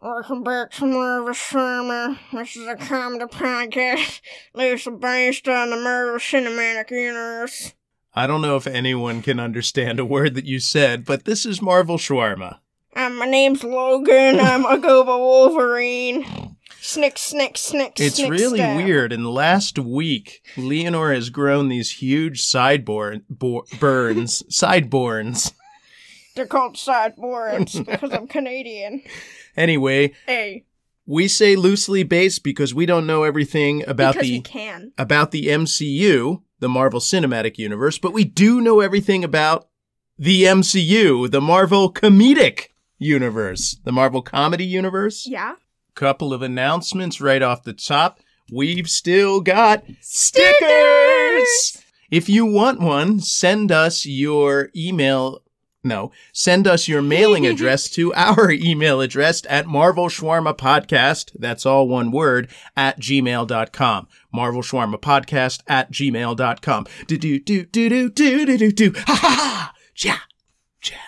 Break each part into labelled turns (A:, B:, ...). A: Welcome back to Murder Summer. This is a comedy podcast loosely based on the Marvel Cinematic Universe.
B: I don't know if anyone can understand a word that you said, but this is Marvel Shawarma.
A: Um, my name's Logan. I'm a Goba Wolverine. Snick, snick, snick,
B: It's
A: snick,
B: really
A: stab.
B: weird. And last week, Leonor has grown these huge sideborn bo- burns, sideborns.
A: They're called sideboards because I'm Canadian.
B: Anyway,
A: Hey,
B: we say loosely based because we don't know everything about
A: because
B: the
A: we can.
B: about the MCU, the Marvel Cinematic Universe, but we do know everything about the MCU, the Marvel Comedic Universe, the Marvel Comedy Universe.
A: Yeah.
B: couple of announcements right off the top. We've still got stickers. If you want one, send us your email. No, send us your mailing address to our email address at Marvel Shawarma Podcast. That's all one word at gmail.com. Marvel Shawarma Podcast at gmail.com. Do do do do do do do do do. Ha ha ha. Ja. Jazz.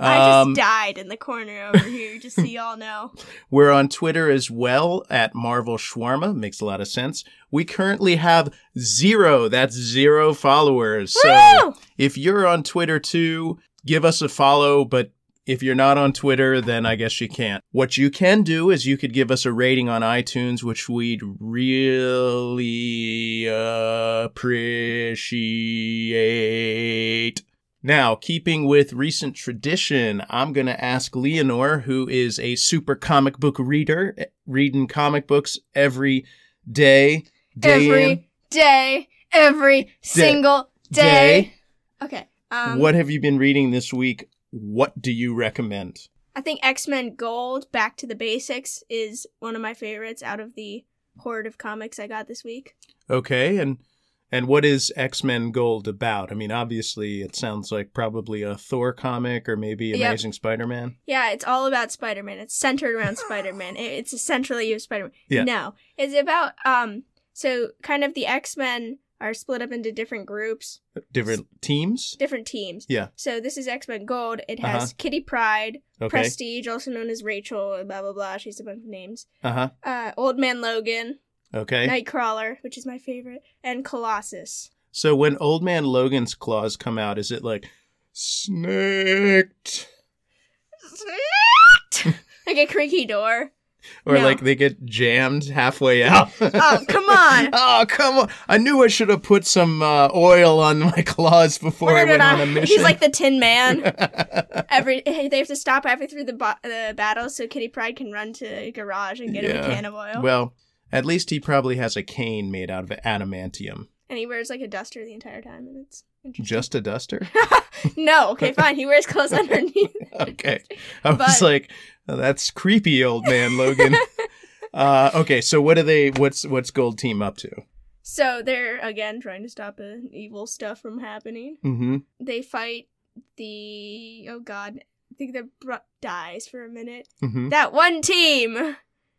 C: I
B: Um,
C: just died in the corner over here, just so y'all know.
B: We're on Twitter as well at Marvel Shawarma. Makes a lot of sense. We currently have zero, that's zero followers. So
C: Woo!
B: if you're on Twitter too, give us a follow. But if you're not on Twitter, then I guess you can't. What you can do is you could give us a rating on iTunes, which we'd really appreciate. Now, keeping with recent tradition, I'm going to ask Leonor, who is a super comic book reader, eh, reading comic books every day, day in,
C: every day, every single day. Okay. Um,
B: what have you been reading this week? What do you recommend?
C: I think X Men Gold Back to the Basics is one of my favorites out of the horde of comics I got this week.
B: Okay, and and what is X Men Gold about? I mean, obviously, it sounds like probably a Thor comic or maybe
C: Yep.
B: Amazing Spider Man.
C: Yeah, it's all about Spider Man. It's centered around Spider Man. It's a central you Spider Man.
B: Yeah.
C: No, it's about um. So kind of the X Men are split up into different groups,
B: Different teams.
C: different teams.
B: Yeah.
C: So this is X Men Gold. It has
B: Uh-huh.
C: Kitty Pride,
B: Okay.
C: Prestige, also known as Rachel, and blah blah blah. She has a bunch of names.
B: Uh huh.
C: Uh, Old Man Logan,
B: Okay.
C: Nightcrawler, which is my favorite, and Colossus.
B: So when Old Man Logan's claws come out, is it like snaked,
C: like a creaky door.
B: or
C: No.
B: like they get jammed halfway out?
C: Oh come on!
B: Oh come on! I knew I should have put some uh, oil on my claws before I went on a mission.
C: He's like the Tin Man. Every they have to stop halfway through the, bo- the battle so Kitty Pride can run to a garage and get him
B: Yeah.
C: a can of oil.
B: well, at least he probably has a cane made out of adamantium.
C: and he wears like a duster the entire time, and it's interesting.
B: Just a duster?
C: no, okay, fine. He wears clothes underneath.
B: Okay. I was
C: But-
B: like, "Oh, that's creepy, old man Logan. uh, okay, so what are they? What's what's Gold Team up to?
C: So they're again trying to stop uh, evil stuff from happening.
B: Mm-hmm.
C: they fight the oh god i think the br- dies for a minute
B: Mm-hmm.
C: that one team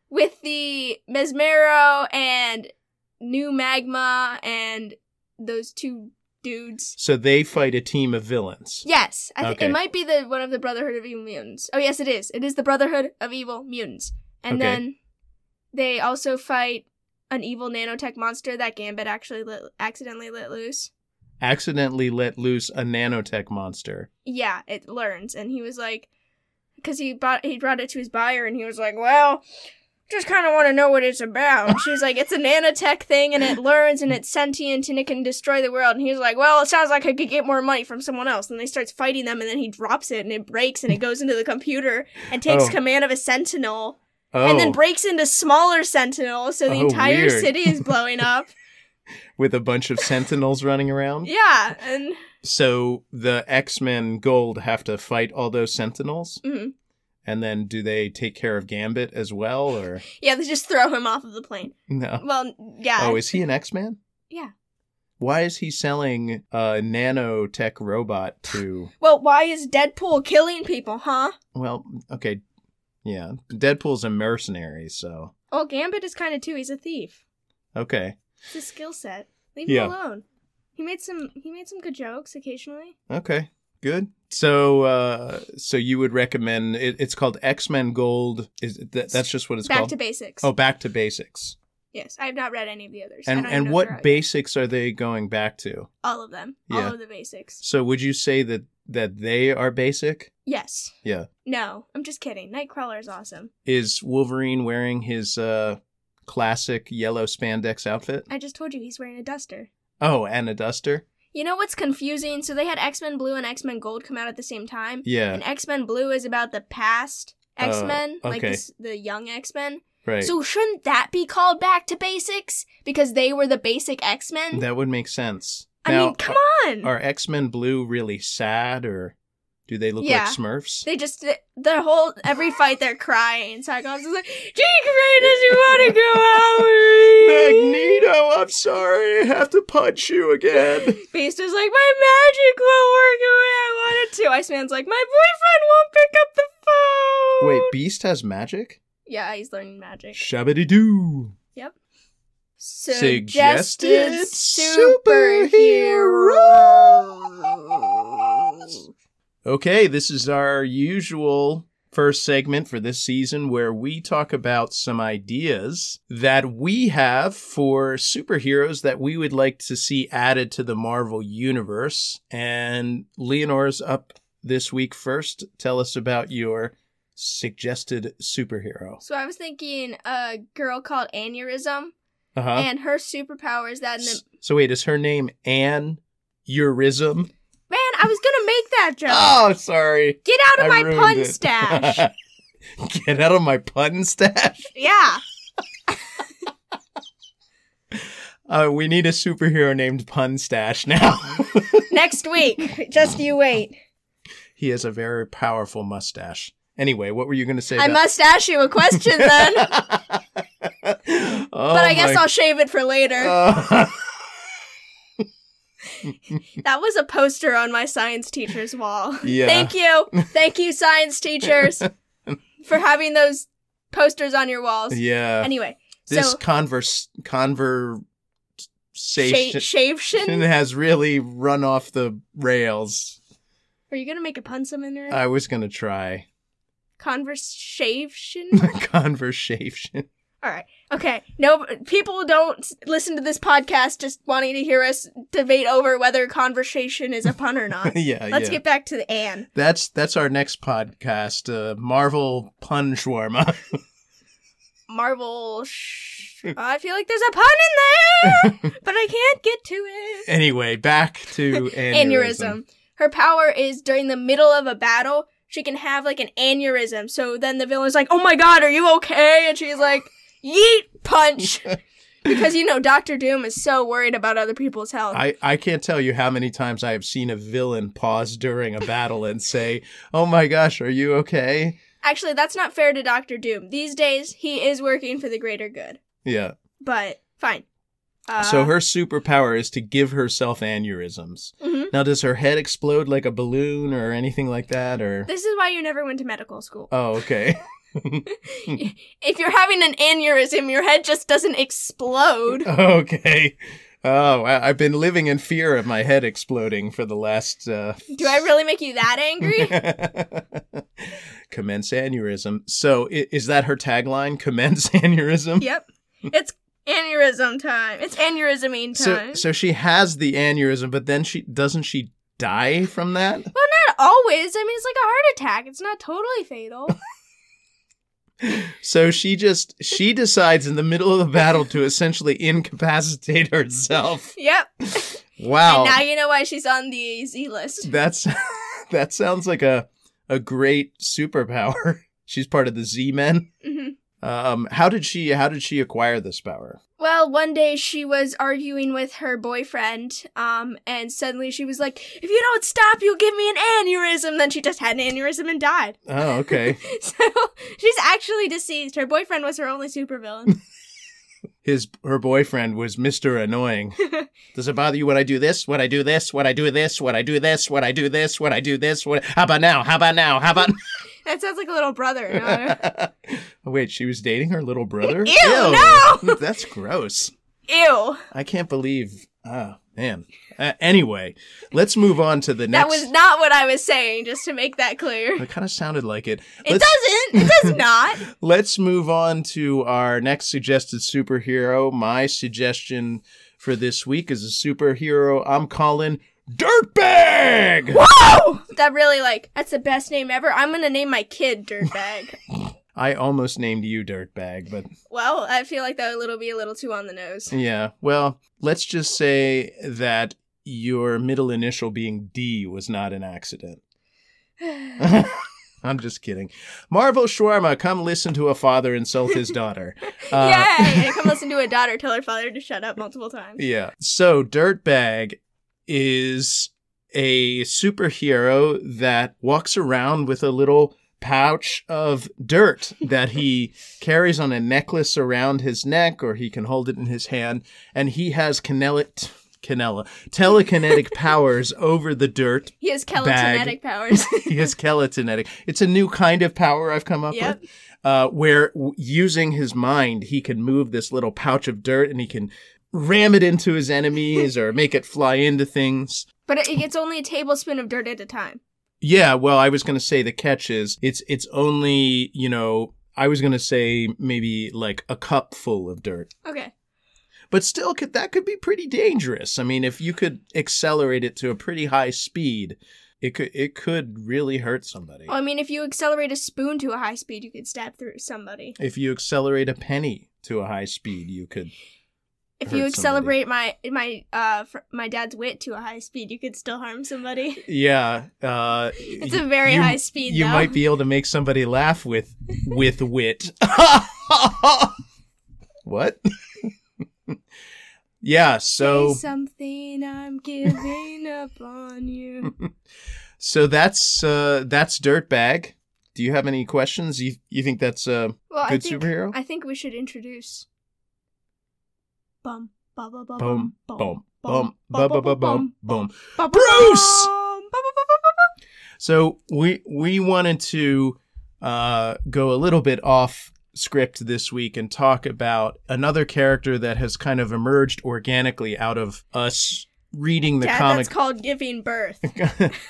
C: with the mesmero and new magma and those two dudes
B: So they fight a team of villains.
C: yes i think
B: Okay.
C: it might be the one of the brotherhood of evil mutants oh yes it is it is the brotherhood of evil mutants and
B: Okay.
C: then they also fight an evil nanotech monster that gambit actually let, accidentally let loose
B: Accidentally let loose a nanotech monster.
C: yeah, it learns. And he was like, because he bought he brought it to his buyer, and he was like, well, just kind of want to know what it's about. And she was like, it's a nanotech thing, and it learns, and it's sentient, and it can destroy the world. And he was like, well, it sounds like I could get more money from someone else. And they starts fighting them, and then he drops it, and it breaks, and it goes into the computer, and takes
B: Oh.
C: command of a sentinel,
B: Oh,
C: and then breaks into smaller sentinels, so the
B: Oh,
C: entire
B: weird.
C: city is blowing up.
B: with a bunch of sentinels running around.
C: yeah, and
B: So the X Men Gold have to fight all those sentinels,
C: mhm.
B: and then do they take care of Gambit as well, or
C: yeah, they just throw him off of the plane.
B: no?
C: Well, yeah,
B: Oh, is he an X Man?
C: Yeah.
B: Why is he selling a nanotech robot to?
C: Well, why is Deadpool killing people, huh?
B: Well, okay, yeah. Deadpool's a mercenary, so
C: Well, Gambit is kind of too. He's a thief.
B: okay,
C: It's a skill set. Leave
B: Yeah.
C: him alone. He made some. He made some good jokes occasionally.
B: okay. Good. So, uh, so you would recommend it, it's called X Men Gold. Is it- that, that's just what it's
C: Back
B: called?
C: to basics.
B: oh, back to basics.
C: Yes, I have not read any of the others. I
B: And
C: don't even
B: and
C: know if they're
B: what
C: out yet.
B: basics are they going back to?
C: All of them.
B: Yeah.
C: All of the basics.
B: So, would you say that that they are basic?
C: Yes.
B: Yeah.
C: No, I'm just kidding. Nightcrawler is awesome.
B: Is Wolverine wearing his uh, classic yellow spandex outfit?
C: I just told you he's wearing a duster.
B: Oh, and a duster.
C: You know what's confusing? So they had X Men Blue and X Men Gold come out at the same time.
B: Yeah.
C: And X Men Blue is about the past
B: Oh,
C: X Men, like
B: okay.
C: this, the young X Men.
B: Right.
C: So shouldn't that be called back to basics because they were the basic X Men?
B: that would make sense.
C: I
B: now, uh,
C: mean, come on.
B: are, are X Men Blue really sad, or do they look
C: Yeah.
B: like Smurfs?
C: they just their whole every fight they're crying. Cyclops is like, Jean Grey doesn't want to go out with me.
B: Magneto, I'm sorry, I have to punch you again.
C: Beast is like, my magic won't work the way I want it to. Iceman's like, my boyfriend won't pick up the phone.
B: Wait, Beast has magic?
C: Yeah, he's learning magic.
B: Shabbity doo.
C: Suggested superheroes.
B: Okay, this is our usual first segment for this season where we talk about some ideas that we have for superheroes that we would like to see added to the Marvel Universe. And Leonore's up this week first. Tell us about your suggested superhero.
C: So I was thinking a girl called Aneurysm,
B: Uh huh.
C: and her superpower is that. In the-
B: S- So wait, is her name Anne Eurism?
C: Man, I was gonna make that joke.
B: Oh, sorry.
C: Get out of
B: I
C: my
B: ruined
C: pun
B: it.
C: stash.
B: Get out of my pun stash.
C: yeah.
B: Uh, we need a superhero named Pun Stash now.
C: Next week. Just you wait.
B: he has a very powerful mustache. Anyway, what were you going to say?
C: I must ask you a question then,
B: oh,
C: but I guess
B: my-
C: I'll shave it for later.
B: Uh,
C: That was a poster on my science teacher's wall.
B: Yeah.
C: Thank you. Thank you, science teachers, for having those posters on your walls.
B: yeah.
C: Anyway,
B: this
C: so
B: converse conversation
C: sha- shavshin.
B: has really run off the rails.
C: Are you gonna make a pun summoner?
B: I was going to try
C: Conversation.
B: conversation.
C: All right. Okay. No, people don't s- listen to this podcast just wanting to hear us debate over whether conversation is a pun or not.
B: yeah,
C: Let's
B: yeah.
C: get back to the Anne.
B: that's that's our next podcast, uh, Marvel Pun Shawarma.
C: Marvel. Sh- I feel like there's a pun in there, but I can't get to it.
B: anyway, back to aneurysm.
C: aneurysm. Her power is during the middle of a battle, she can have like an aneurysm. So then the villain's like, "Oh my god, are you okay?" And she's like, "Yeet punch." because you know Doctor Doom is so worried about other people's health.
B: I, I can't tell you how many times I have seen a villain pause during a battle and say, "Oh my gosh, are you okay?"
C: Actually, that's not fair to Doctor Doom. These days, he is working for the greater good.
B: Yeah.
C: But fine. Uh,
B: so her superpower is to give herself aneurysms.
C: mhm.
B: Now, does her head explode like a balloon or anything like that? Or
C: This is why you never went to medical school.
B: oh, okay. hmm.
C: If you're having an aneurysm, your head just doesn't explode.
B: Okay. Oh, I- I've been living in fear of my head exploding for the last. Uh...
C: Do I really make you that angry?
B: Commence aneurysm. So, i- is that her tagline? Commence aneurysm.
C: yep. It's aneurysm time. It's aneurysming
B: So,
C: time.
B: so she has the aneurysm, but then she doesn't she die from that?
C: well, not always. I mean, it's like a heart attack. It's not totally fatal.
B: So she just she decides in the middle of the battle to essentially incapacitate herself.
C: yep.
B: Wow.
C: And now you know why she's on the Z list.
B: That's that sounds like a a great superpower. She's part of the Z Men.
C: Mhm.
B: Um, how did she how did she acquire this power?
C: Well, one day she was arguing with her boyfriend, um, and suddenly she was like, "If you don't stop, you'll give me an aneurysm." Then she just had an aneurysm and died.
B: Oh, okay.
C: So she's actually deceased. Her boyfriend was her only supervillain.
B: His her boyfriend was Mr. Annoying. Does it bother you when I do this? When I do this? When I do this? When I do this? When I do this? When I do this? What how about now? How about now? How about
C: that sounds like a little brother. No?
B: Oh, Wait, she was dating her little brother?
C: Ew, no!
B: That's gross.
C: Ew.
B: I can't believe. Ah, Man. Uh, anyway, let's move on to the
C: That
B: next.
C: was not what I was saying, just to make that clear.
B: It kind of sounded like it.
C: It
B: let's,
C: doesn't. It does not.
B: let's move on to our next suggested superhero. My suggestion for this week is a superhero I'm calling Dirtbag.
C: Whoa! That really like that's the best name ever. I'm gonna name my kid Dirtbag.
B: I almost named you Dirtbag, but
C: well, I feel like that will be a little too on the nose.
B: yeah. Well, let's just say that your middle initial being D was not an accident. I'm just kidding. Marvel Shawarma, come listen to a father insult his daughter. Uh,
C: Yay! And come listen to a daughter tell her father to shut up multiple times.
B: Yeah. So Dirtbag is a superhero that walks around with a little pouch of dirt that he carries on a necklace around his neck or he can hold it in his hand and he has canela canela telekinetic powers over the dirt
C: He has
B: Bag.
C: telekinetic powers.
B: he has keletinetic. It's a new kind of power I've come up
C: Yep.
B: with, uh, where w- using his mind, he can move this little pouch of dirt and he can ram it into his enemies or make it fly into things.
C: but it, it's only a tablespoon of dirt at a time.
B: Yeah, well, I was gonna say the catch is it's it's only you know I was gonna say maybe like a cup full of dirt,
C: Okay.
B: but still could that could be pretty dangerous. I mean, if you could accelerate it to a pretty high speed. It could it could really hurt somebody.
C: Well, I mean, if you accelerate a spoon to a high speed, you could stab through somebody.
B: If you accelerate a penny to a high speed, you could.
C: If
B: Hurt
C: you
B: somebody.
C: accelerate my my uh fr- my dad's wit to a high speed, you could still harm somebody.
B: Yeah, uh,
C: It's a very
B: you-
C: high speed.
B: You
C: though.
B: might be able to make somebody laugh with with wit. what? yeah. So
C: Say something I'm giving up on
B: Hmm.
C: you.
B: so that's uh, that's dirtbag. Do you have any questions? You you think that's uh, a
C: Well, I
B: good
C: think
B: superhero?
C: I think we should introduce. Bum ba ba ba
B: Boom,
C: bum bum
B: boom, boom,
C: bum, bum,
B: boom, boom, boom,
C: bum,
B: boom,
C: bum,
B: boom.
C: ba- ba-
B: Bruce!
C: bum, ba- ba- ba- ba- ba-
B: So we we wanted to uh, go a little bit off script this week and talk about another character that has kind of emerged organically out of us reading the
C: Dad,
B: comic.
C: that's called giving birth.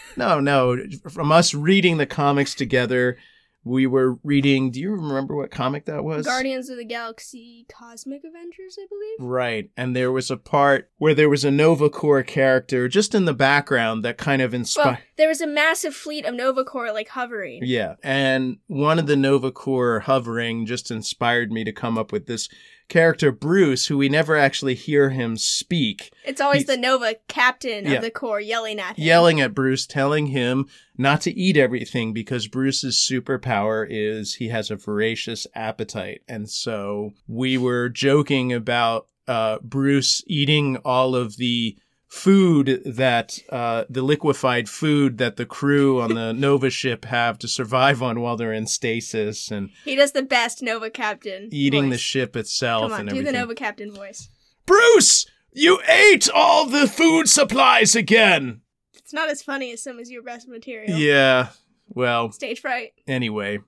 B: no, no, from us reading the comics together. We were reading. Do you remember what comic that was?
C: Guardians of the Galaxy, Cosmic Avengers, I believe.
B: Right. And there was a part where there was a Nova Corps character just in the background that kind of inspired.
C: Well, there was a massive fleet of Novacore like hovering.
B: Yeah. And one of the Nova Corps hovering just inspired me to come up with this character, Bruce, who we never actually hear him speak,
C: It's always the
B: He's-
C: Nova captain
B: Yeah.
C: of the core yelling at him.
B: yelling at Bruce, telling him not to eat everything because Bruce's superpower is he has a voracious appetite. And so we were joking about uh, Bruce eating all of the food that uh, the liquefied food that the crew on the nova ship have to survive on while they're in stasis and
C: He does the best Nova captain.
B: eating the
C: voice.
B: ship itself
C: Come on,
B: and
C: do
B: everything.
C: the Nova captain voice.
B: Bruce, you ate all the food supplies again.
C: It's not as funny as some of your best material.
B: Yeah. Well,
C: Stage fright.
B: anyway,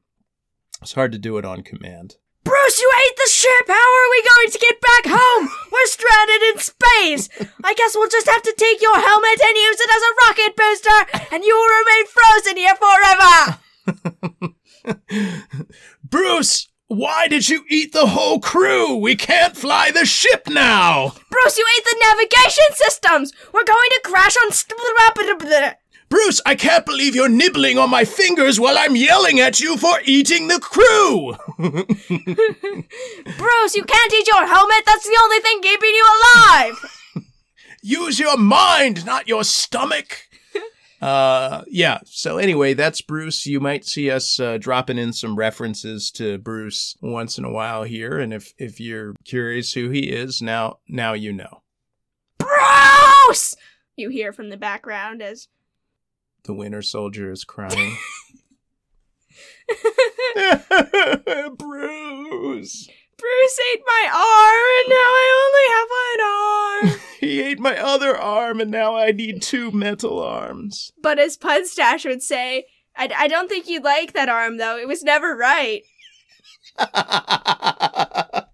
B: it's hard to do it on command.
C: Bruce, you ate the ship! How are we going to get back home? We're stranded in space! I guess we'll just have to take your helmet and use it as a rocket booster, and you will remain frozen here forever!
B: Bruce, why did you eat the whole crew? We can't fly the ship now.
C: Bruce, you ate the navigation systems! We're going to crash on. St-
B: Bruce, I can't believe you're nibbling on my fingers while I'm yelling at you for eating the crew.
C: Bruce, you can't eat your helmet! That's the only thing keeping you alive!
B: Use your mind, not your stomach. uh, yeah. So anyway, that's Bruce. You might see us uh, dropping in some references to Bruce once in a while here, and if if you're curious who he is, now now you know.
C: Bruce! You hear from the background as.
B: The Winter Soldier is crying. Bruce,
C: Bruce ate my arm, and now I only have one arm!
B: he ate my other arm, and now I need two metal arms.
C: But as Punstache would say, I, I don't think you'd like that arm, though. It was never right.
B: I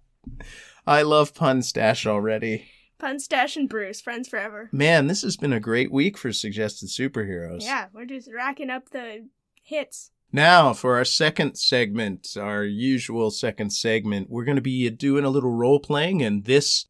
B: love pun stash already.
C: Punstache and Bruce, friends forever.
B: Man, this has been a great week for suggested superheroes.
C: Yeah, we're just racking up the hits.
B: Now, for our second segment, our usual second segment, we're going to be doing a little role playing, and this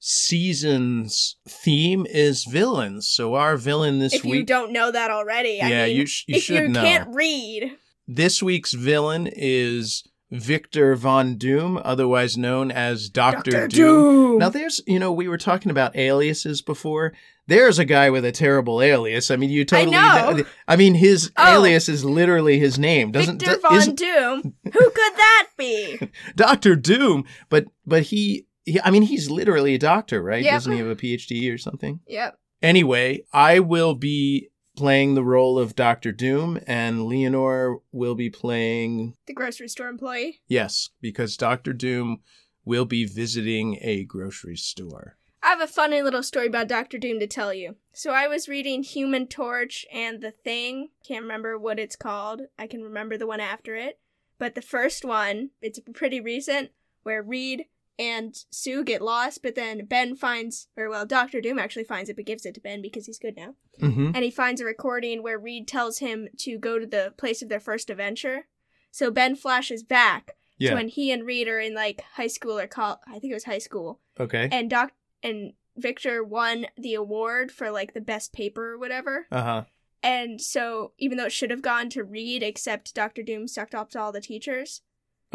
B: season's theme is villains. So, our villain this
C: if
B: week.
C: you don't know that already, I
B: yeah,
C: mean,
B: you, sh- you
C: if
B: should
C: you
B: know.
C: can't read,
B: This week's villain is Victor Von Doom, otherwise known as Doctor,
C: Dr.
B: Doom.
C: Doom.
B: Now, there's, you know, we were talking about aliases before. There's a guy with a terrible alias. I mean, you totally.
C: know.
B: I mean, his
C: Oh.
B: alias is literally his name. Doesn't
C: Victor
B: do-
C: Von
B: isn't-
C: Doom. Who could that be?
B: Doctor Doom? But but he, he, I mean, he's literally a doctor, right?
C: Yep.
B: Doesn't he have a PhD or something?
C: yep.
B: Anyway, I will be playing the role of Doctor Doom, and Leonor will be playing
C: The grocery store employee.
B: yes, because Doctor Doom will be visiting a grocery store.
C: I have a funny little story about Doctor Doom to tell you. So I was reading Human Torch and The Thing. Can't remember what it's called. I can remember the one after it. But the first one, it's pretty recent, where Reed and Sue get lost, but then Ben finds, or well, Doctor Doom actually finds it, but gives it to Ben because he's good now.
B: Mm-hmm.
C: and he finds a recording where Reed tells him to go to the place of their first adventure. So Ben flashes back
B: Yeah.
C: to when he and Reed are in like high school or col- I think it was high school,
B: okay.
C: and Doc and Victor won the award for like the best paper or whatever.
B: Uh huh.
C: And so even though it should have gone to Reed, except Doctor Doom sucked up to all the teachers.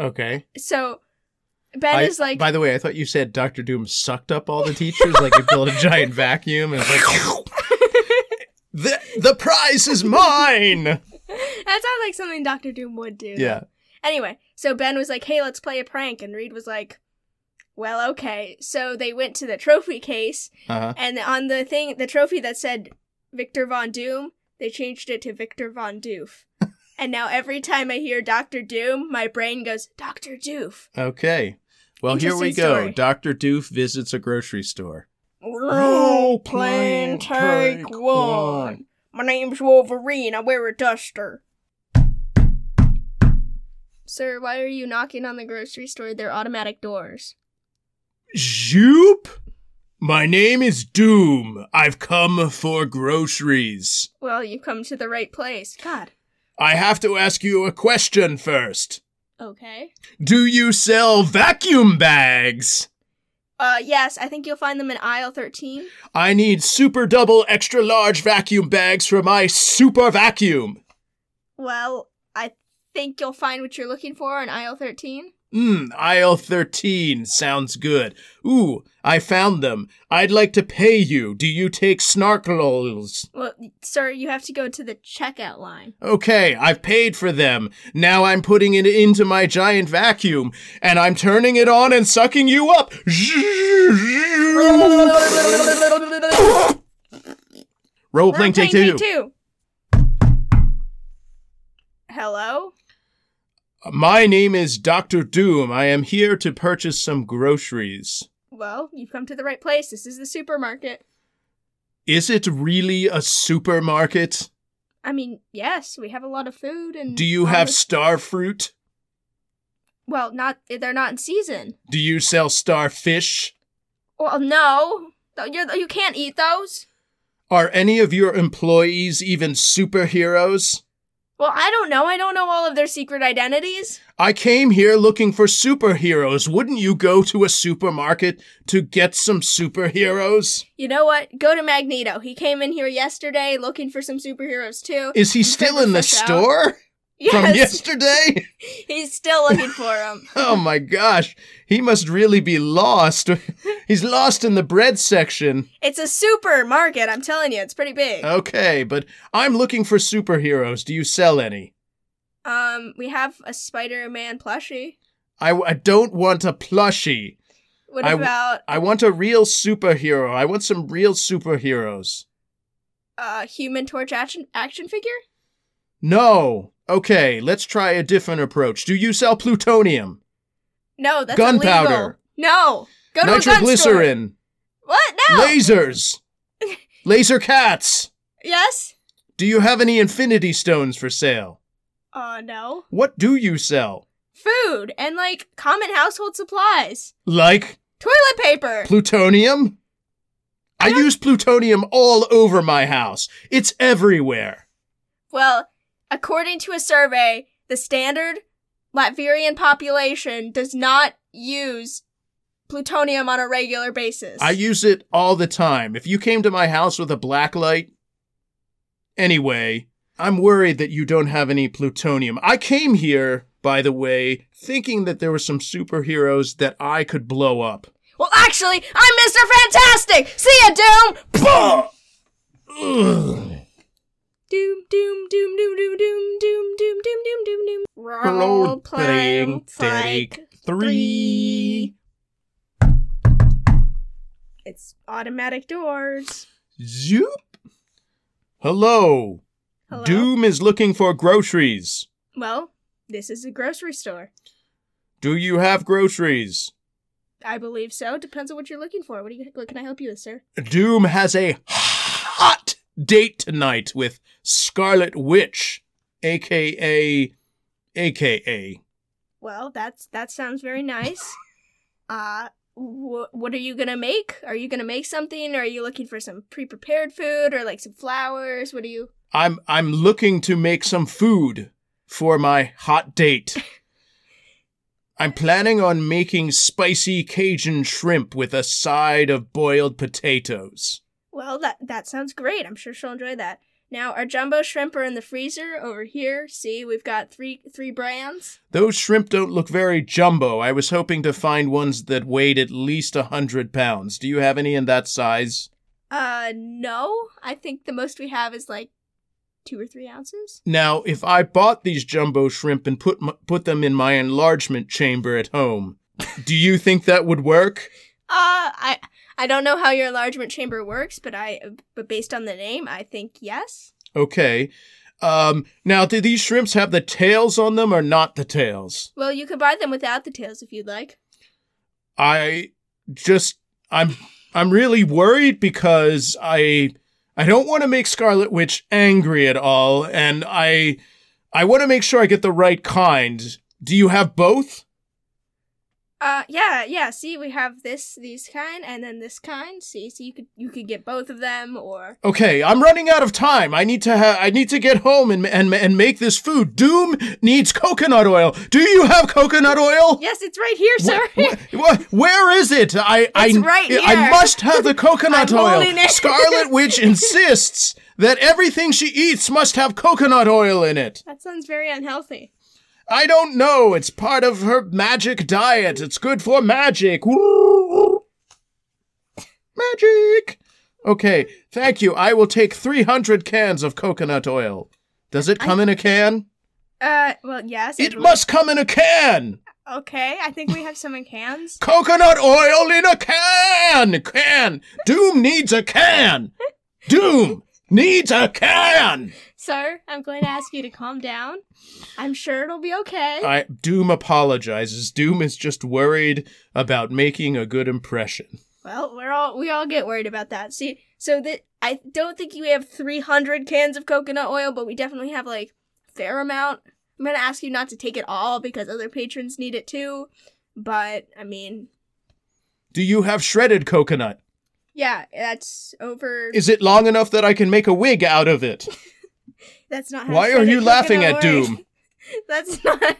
B: Okay.
C: So Ben
B: I-
C: is like,
B: By the way, I thought you said Doctor Doom sucked up all the teachers, like it built a giant vacuum, and it's like the the prize is mine.
C: that sounds like something Doctor Doom would do.
B: Yeah,
C: Anyway, so Ben was like, hey, let's play a prank. And Reed was like, well, okay. So they went to the trophy case,
B: uh-huh.
C: and on the thing, the trophy that said Victor Von Doom, they changed it to Victor Von Doof. and now every time I hear Dr. Doom, my brain goes, Dr. Doof.
B: okay. Well, here we
C: Interesting
B: go.
C: story.
B: Doctor Doof visits a grocery store.
A: Role playing take one. My name's Wolverine. I wear a duster.
C: Sir, why are you knocking on the grocery store? They're automatic doors.
B: Zoop. My name is Doom. I've come for groceries.
C: Well, you come to the right place. God.
B: I have to ask you a question first.
C: Okay.
B: Do you sell vacuum bags?
C: Uh, yes, I think you'll find them in aisle 13.
B: I need super double extra large vacuum bags for my super vacuum.
C: Well, I think you'll find what you're looking for in aisle 13.
B: Mmm, aisle 13 sounds good. Ooh, I found them. I'd like to pay you. Do you take snarklols?
C: Well, sir, you have to go to the checkout line.
B: Okay, I've paid for them. Now I'm putting it into my giant vacuum, and I'm turning it on and sucking you up. Role playing take two.
C: Hello?
B: My name is Dr. Doom. I am here to purchase some groceries.
C: Well, you've come to the right place. This is the supermarket.
B: Is it really a supermarket?
C: I mean, yes, we have a lot of food and.
B: Do you
C: all
B: have
C: this-
B: starfruit?
C: well, not they're not in season.
B: Do you sell starfish?
C: Well, no, Th- you're, you can't eat those.
B: Are any of your employees even superheroes?
C: Well, I don't know. I don't know all of their secret identities.
B: I came here looking for superheroes. Wouldn't you go to a supermarket to get some superheroes?
C: You know what? Go to Magneto. He came in here yesterday looking for some superheroes too.
B: Is he
C: You
B: still
C: figure
B: in the
C: fish out.
B: store from
C: Yes,
B: yesterday?
C: he's still looking for them.
B: Oh my gosh, he must really be lost. He's lost in the bread section.
C: It's a supermarket. I'm telling you, it's pretty big.
B: Okay, but I'm looking for superheroes. Do you sell any?
C: Um, we have a Spider-Man plushie.
B: I, I don't want a plushie.
C: What
B: I w-
C: about
B: I want a real superhero. I want some real superheroes.
C: uh Human Torch action action figure?
B: No. Okay, let's try a different approach. Do you sell plutonium?
C: No, that's
B: Gunpowder.
C: illegal. No, go to a gun store.
B: Nitroglycerin.
C: What? No.
B: Lasers. Laser cats.
C: yes.
B: Do you have any infinity stones for sale?
C: Uh, no.
B: What do you sell?
C: Food and like common household supplies,
B: Like
C: toilet paper.
B: plutonium? I use plutonium all over my house. It's everywhere.
C: Well, according to a survey, the standard Latvian population does not use plutonium on a regular basis.
B: I use it all the time. If you came to my house with a black light, anyway, I'm worried that you don't have any plutonium. I came here, by the way, thinking that there were some superheroes that I could blow up.
C: well, actually, I'm Mr. Fantastic. See ya, Doom.
B: Bah! Ugh.
C: Doom, doom, doom, doom, doom, doom, doom, doom, doom, doom, doom, doom.
B: Role playing take three.
C: It's automatic doors.
B: Zoop. Hello.
C: Hello.
B: Doom is looking for groceries.
C: Well, this is a grocery store.
B: Do you have groceries?
C: I believe so. Depends on what you're looking for. What, do you, what can I help you with, sir?
B: Doom has a hot date tonight with Scarlet Witch, aka aka.
C: Well, that's that sounds very nice. uh wh- what are you gonna make? Are you gonna make something? Or are you looking for some pre-prepared food or like some flowers? What are you?
B: I'm I'm looking to make some food for my hot date. I'm planning on making spicy Cajun shrimp with a side of boiled potatoes.
C: Well, that that sounds great. I'm sure she'll enjoy that. Now, our jumbo shrimp are in the freezer over here. See, we've got three three brands.
B: Those shrimp don't look very jumbo. I was hoping to find ones that weighed at least a hundred pounds. Do you have any in that size?
C: Uh, no, I think the most we have is like two or three ounces.
B: Now, if I bought these jumbo shrimp and put m- put them in my enlargement chamber at home, do you think that would work?
C: Uh, I I don't know how your enlargement chamber works, but I but based on the name, I think yes.
B: Okay. Um, now, do these shrimps have the tails on them or not the tails?
C: Well, you could buy them without the tails if you'd like.
B: I just I'm I'm really worried because I I don't want to make Scarlet Witch angry at all, and I I want to make sure I get the right kind. Do you have both?
C: Uh, yeah, yeah. See, we have this, these kind, and then this kind. See, so you could you could get both of them, or
B: Okay, I'm running out of time. I need to ha- I need to get home and and and make this food. Doom needs coconut oil. Do you have coconut oil?
C: yes, it's right here, sir.
B: Wh- wh- where is it? I I,
C: It's right
B: I
C: here.
B: must have the coconut
C: I'm
B: oil.
C: holding it.
B: Scarlet Witch insists that everything she eats must have coconut oil in it.
C: that sounds very unhealthy.
B: I don't know. It's part of her magic diet. It's good for magic. Magic. Okay, thank you. I will take 300 cans of coconut oil. Does it come in a can?
C: Uh, well, yes. I
B: It
C: believe-
B: must come in a can.
C: Okay, I think we have some in cans.
B: Coconut oil in a can! Can! Doom needs a can! Doom needs a can!
C: Sir, I'm going to ask you to calm down. I'm sure it'll be okay.
B: I, Doom apologizes. Doom is just worried about making a good impression.
C: well, we're all we all get worried about that. See, so that I don't think you have 300 cans of coconut oil, but we definitely have like a fair amount. I'm going to ask you not to take it all because other patrons need it too. But I mean,
B: Do you have shredded coconut?
C: yeah, that's over.
B: Is it long enough that I can make a wig out of it?
C: that's not. how
B: Why
C: shredded
B: are you laughing at
C: coconut oil-
B: Doom?
C: that's not.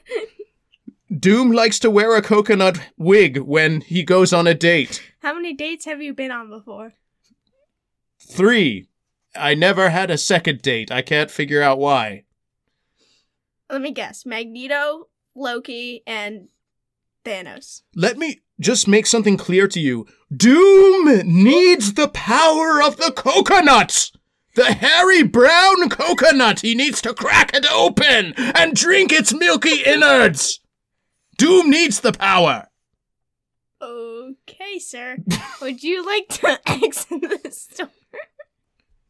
B: Doom likes to wear a coconut wig when he goes on a date.
C: How many dates have you been on before?
B: Three. I never had a second date. I can't figure out why.
C: Let me guess. Magneto, Loki, and Thanos.
B: Let me just make something clear to you. Doom needs the power of the coconut! The hairy brown coconut! He needs to crack it open and drink its milky innards! Doom needs the power!
C: Okay, sir. Would you like to exit the store?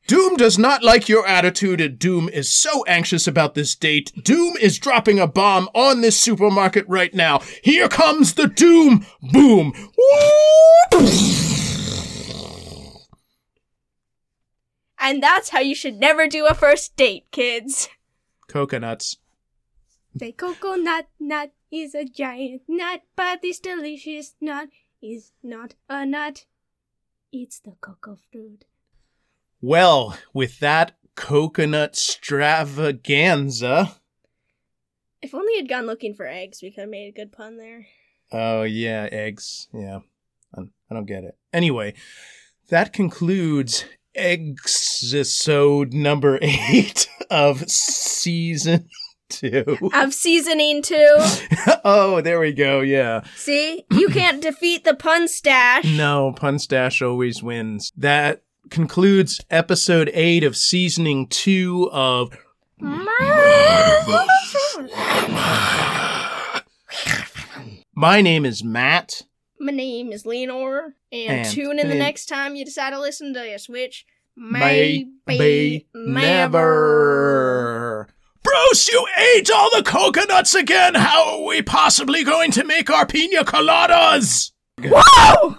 B: Doom does not like your attitude, and Doom is so anxious about this date. Doom is dropping a bomb on this supermarket right now. Here comes the Doom boom!
C: And that's how you should never do a first date, kids.
B: Coconuts.
C: The coconut nut is a giant nut, but this delicious nut is not a nut. It's the cocoa fruit.
B: Well, with that coconut stravaganza.
C: If only I'd gone looking for eggs, we could have made a good pun there.
B: Oh, yeah, eggs. Yeah. I I don't get it. Anyway, that concludes episode number eight of season two.
C: Of seasoning too.
B: oh, there we go. Yeah.
C: See, you can't defeat the pun stash.
B: No, pun stash always wins. That concludes episode eight of seasoning two of. My name is Matt.
C: My name is Leonor, and,
B: And
C: tune in the
B: then-
C: next time you decide to listen to us, which
B: Maybe,
C: may
B: never. Bruce, you ate all the coconuts again. How are we possibly going to make our pina coladas?
C: Whoa!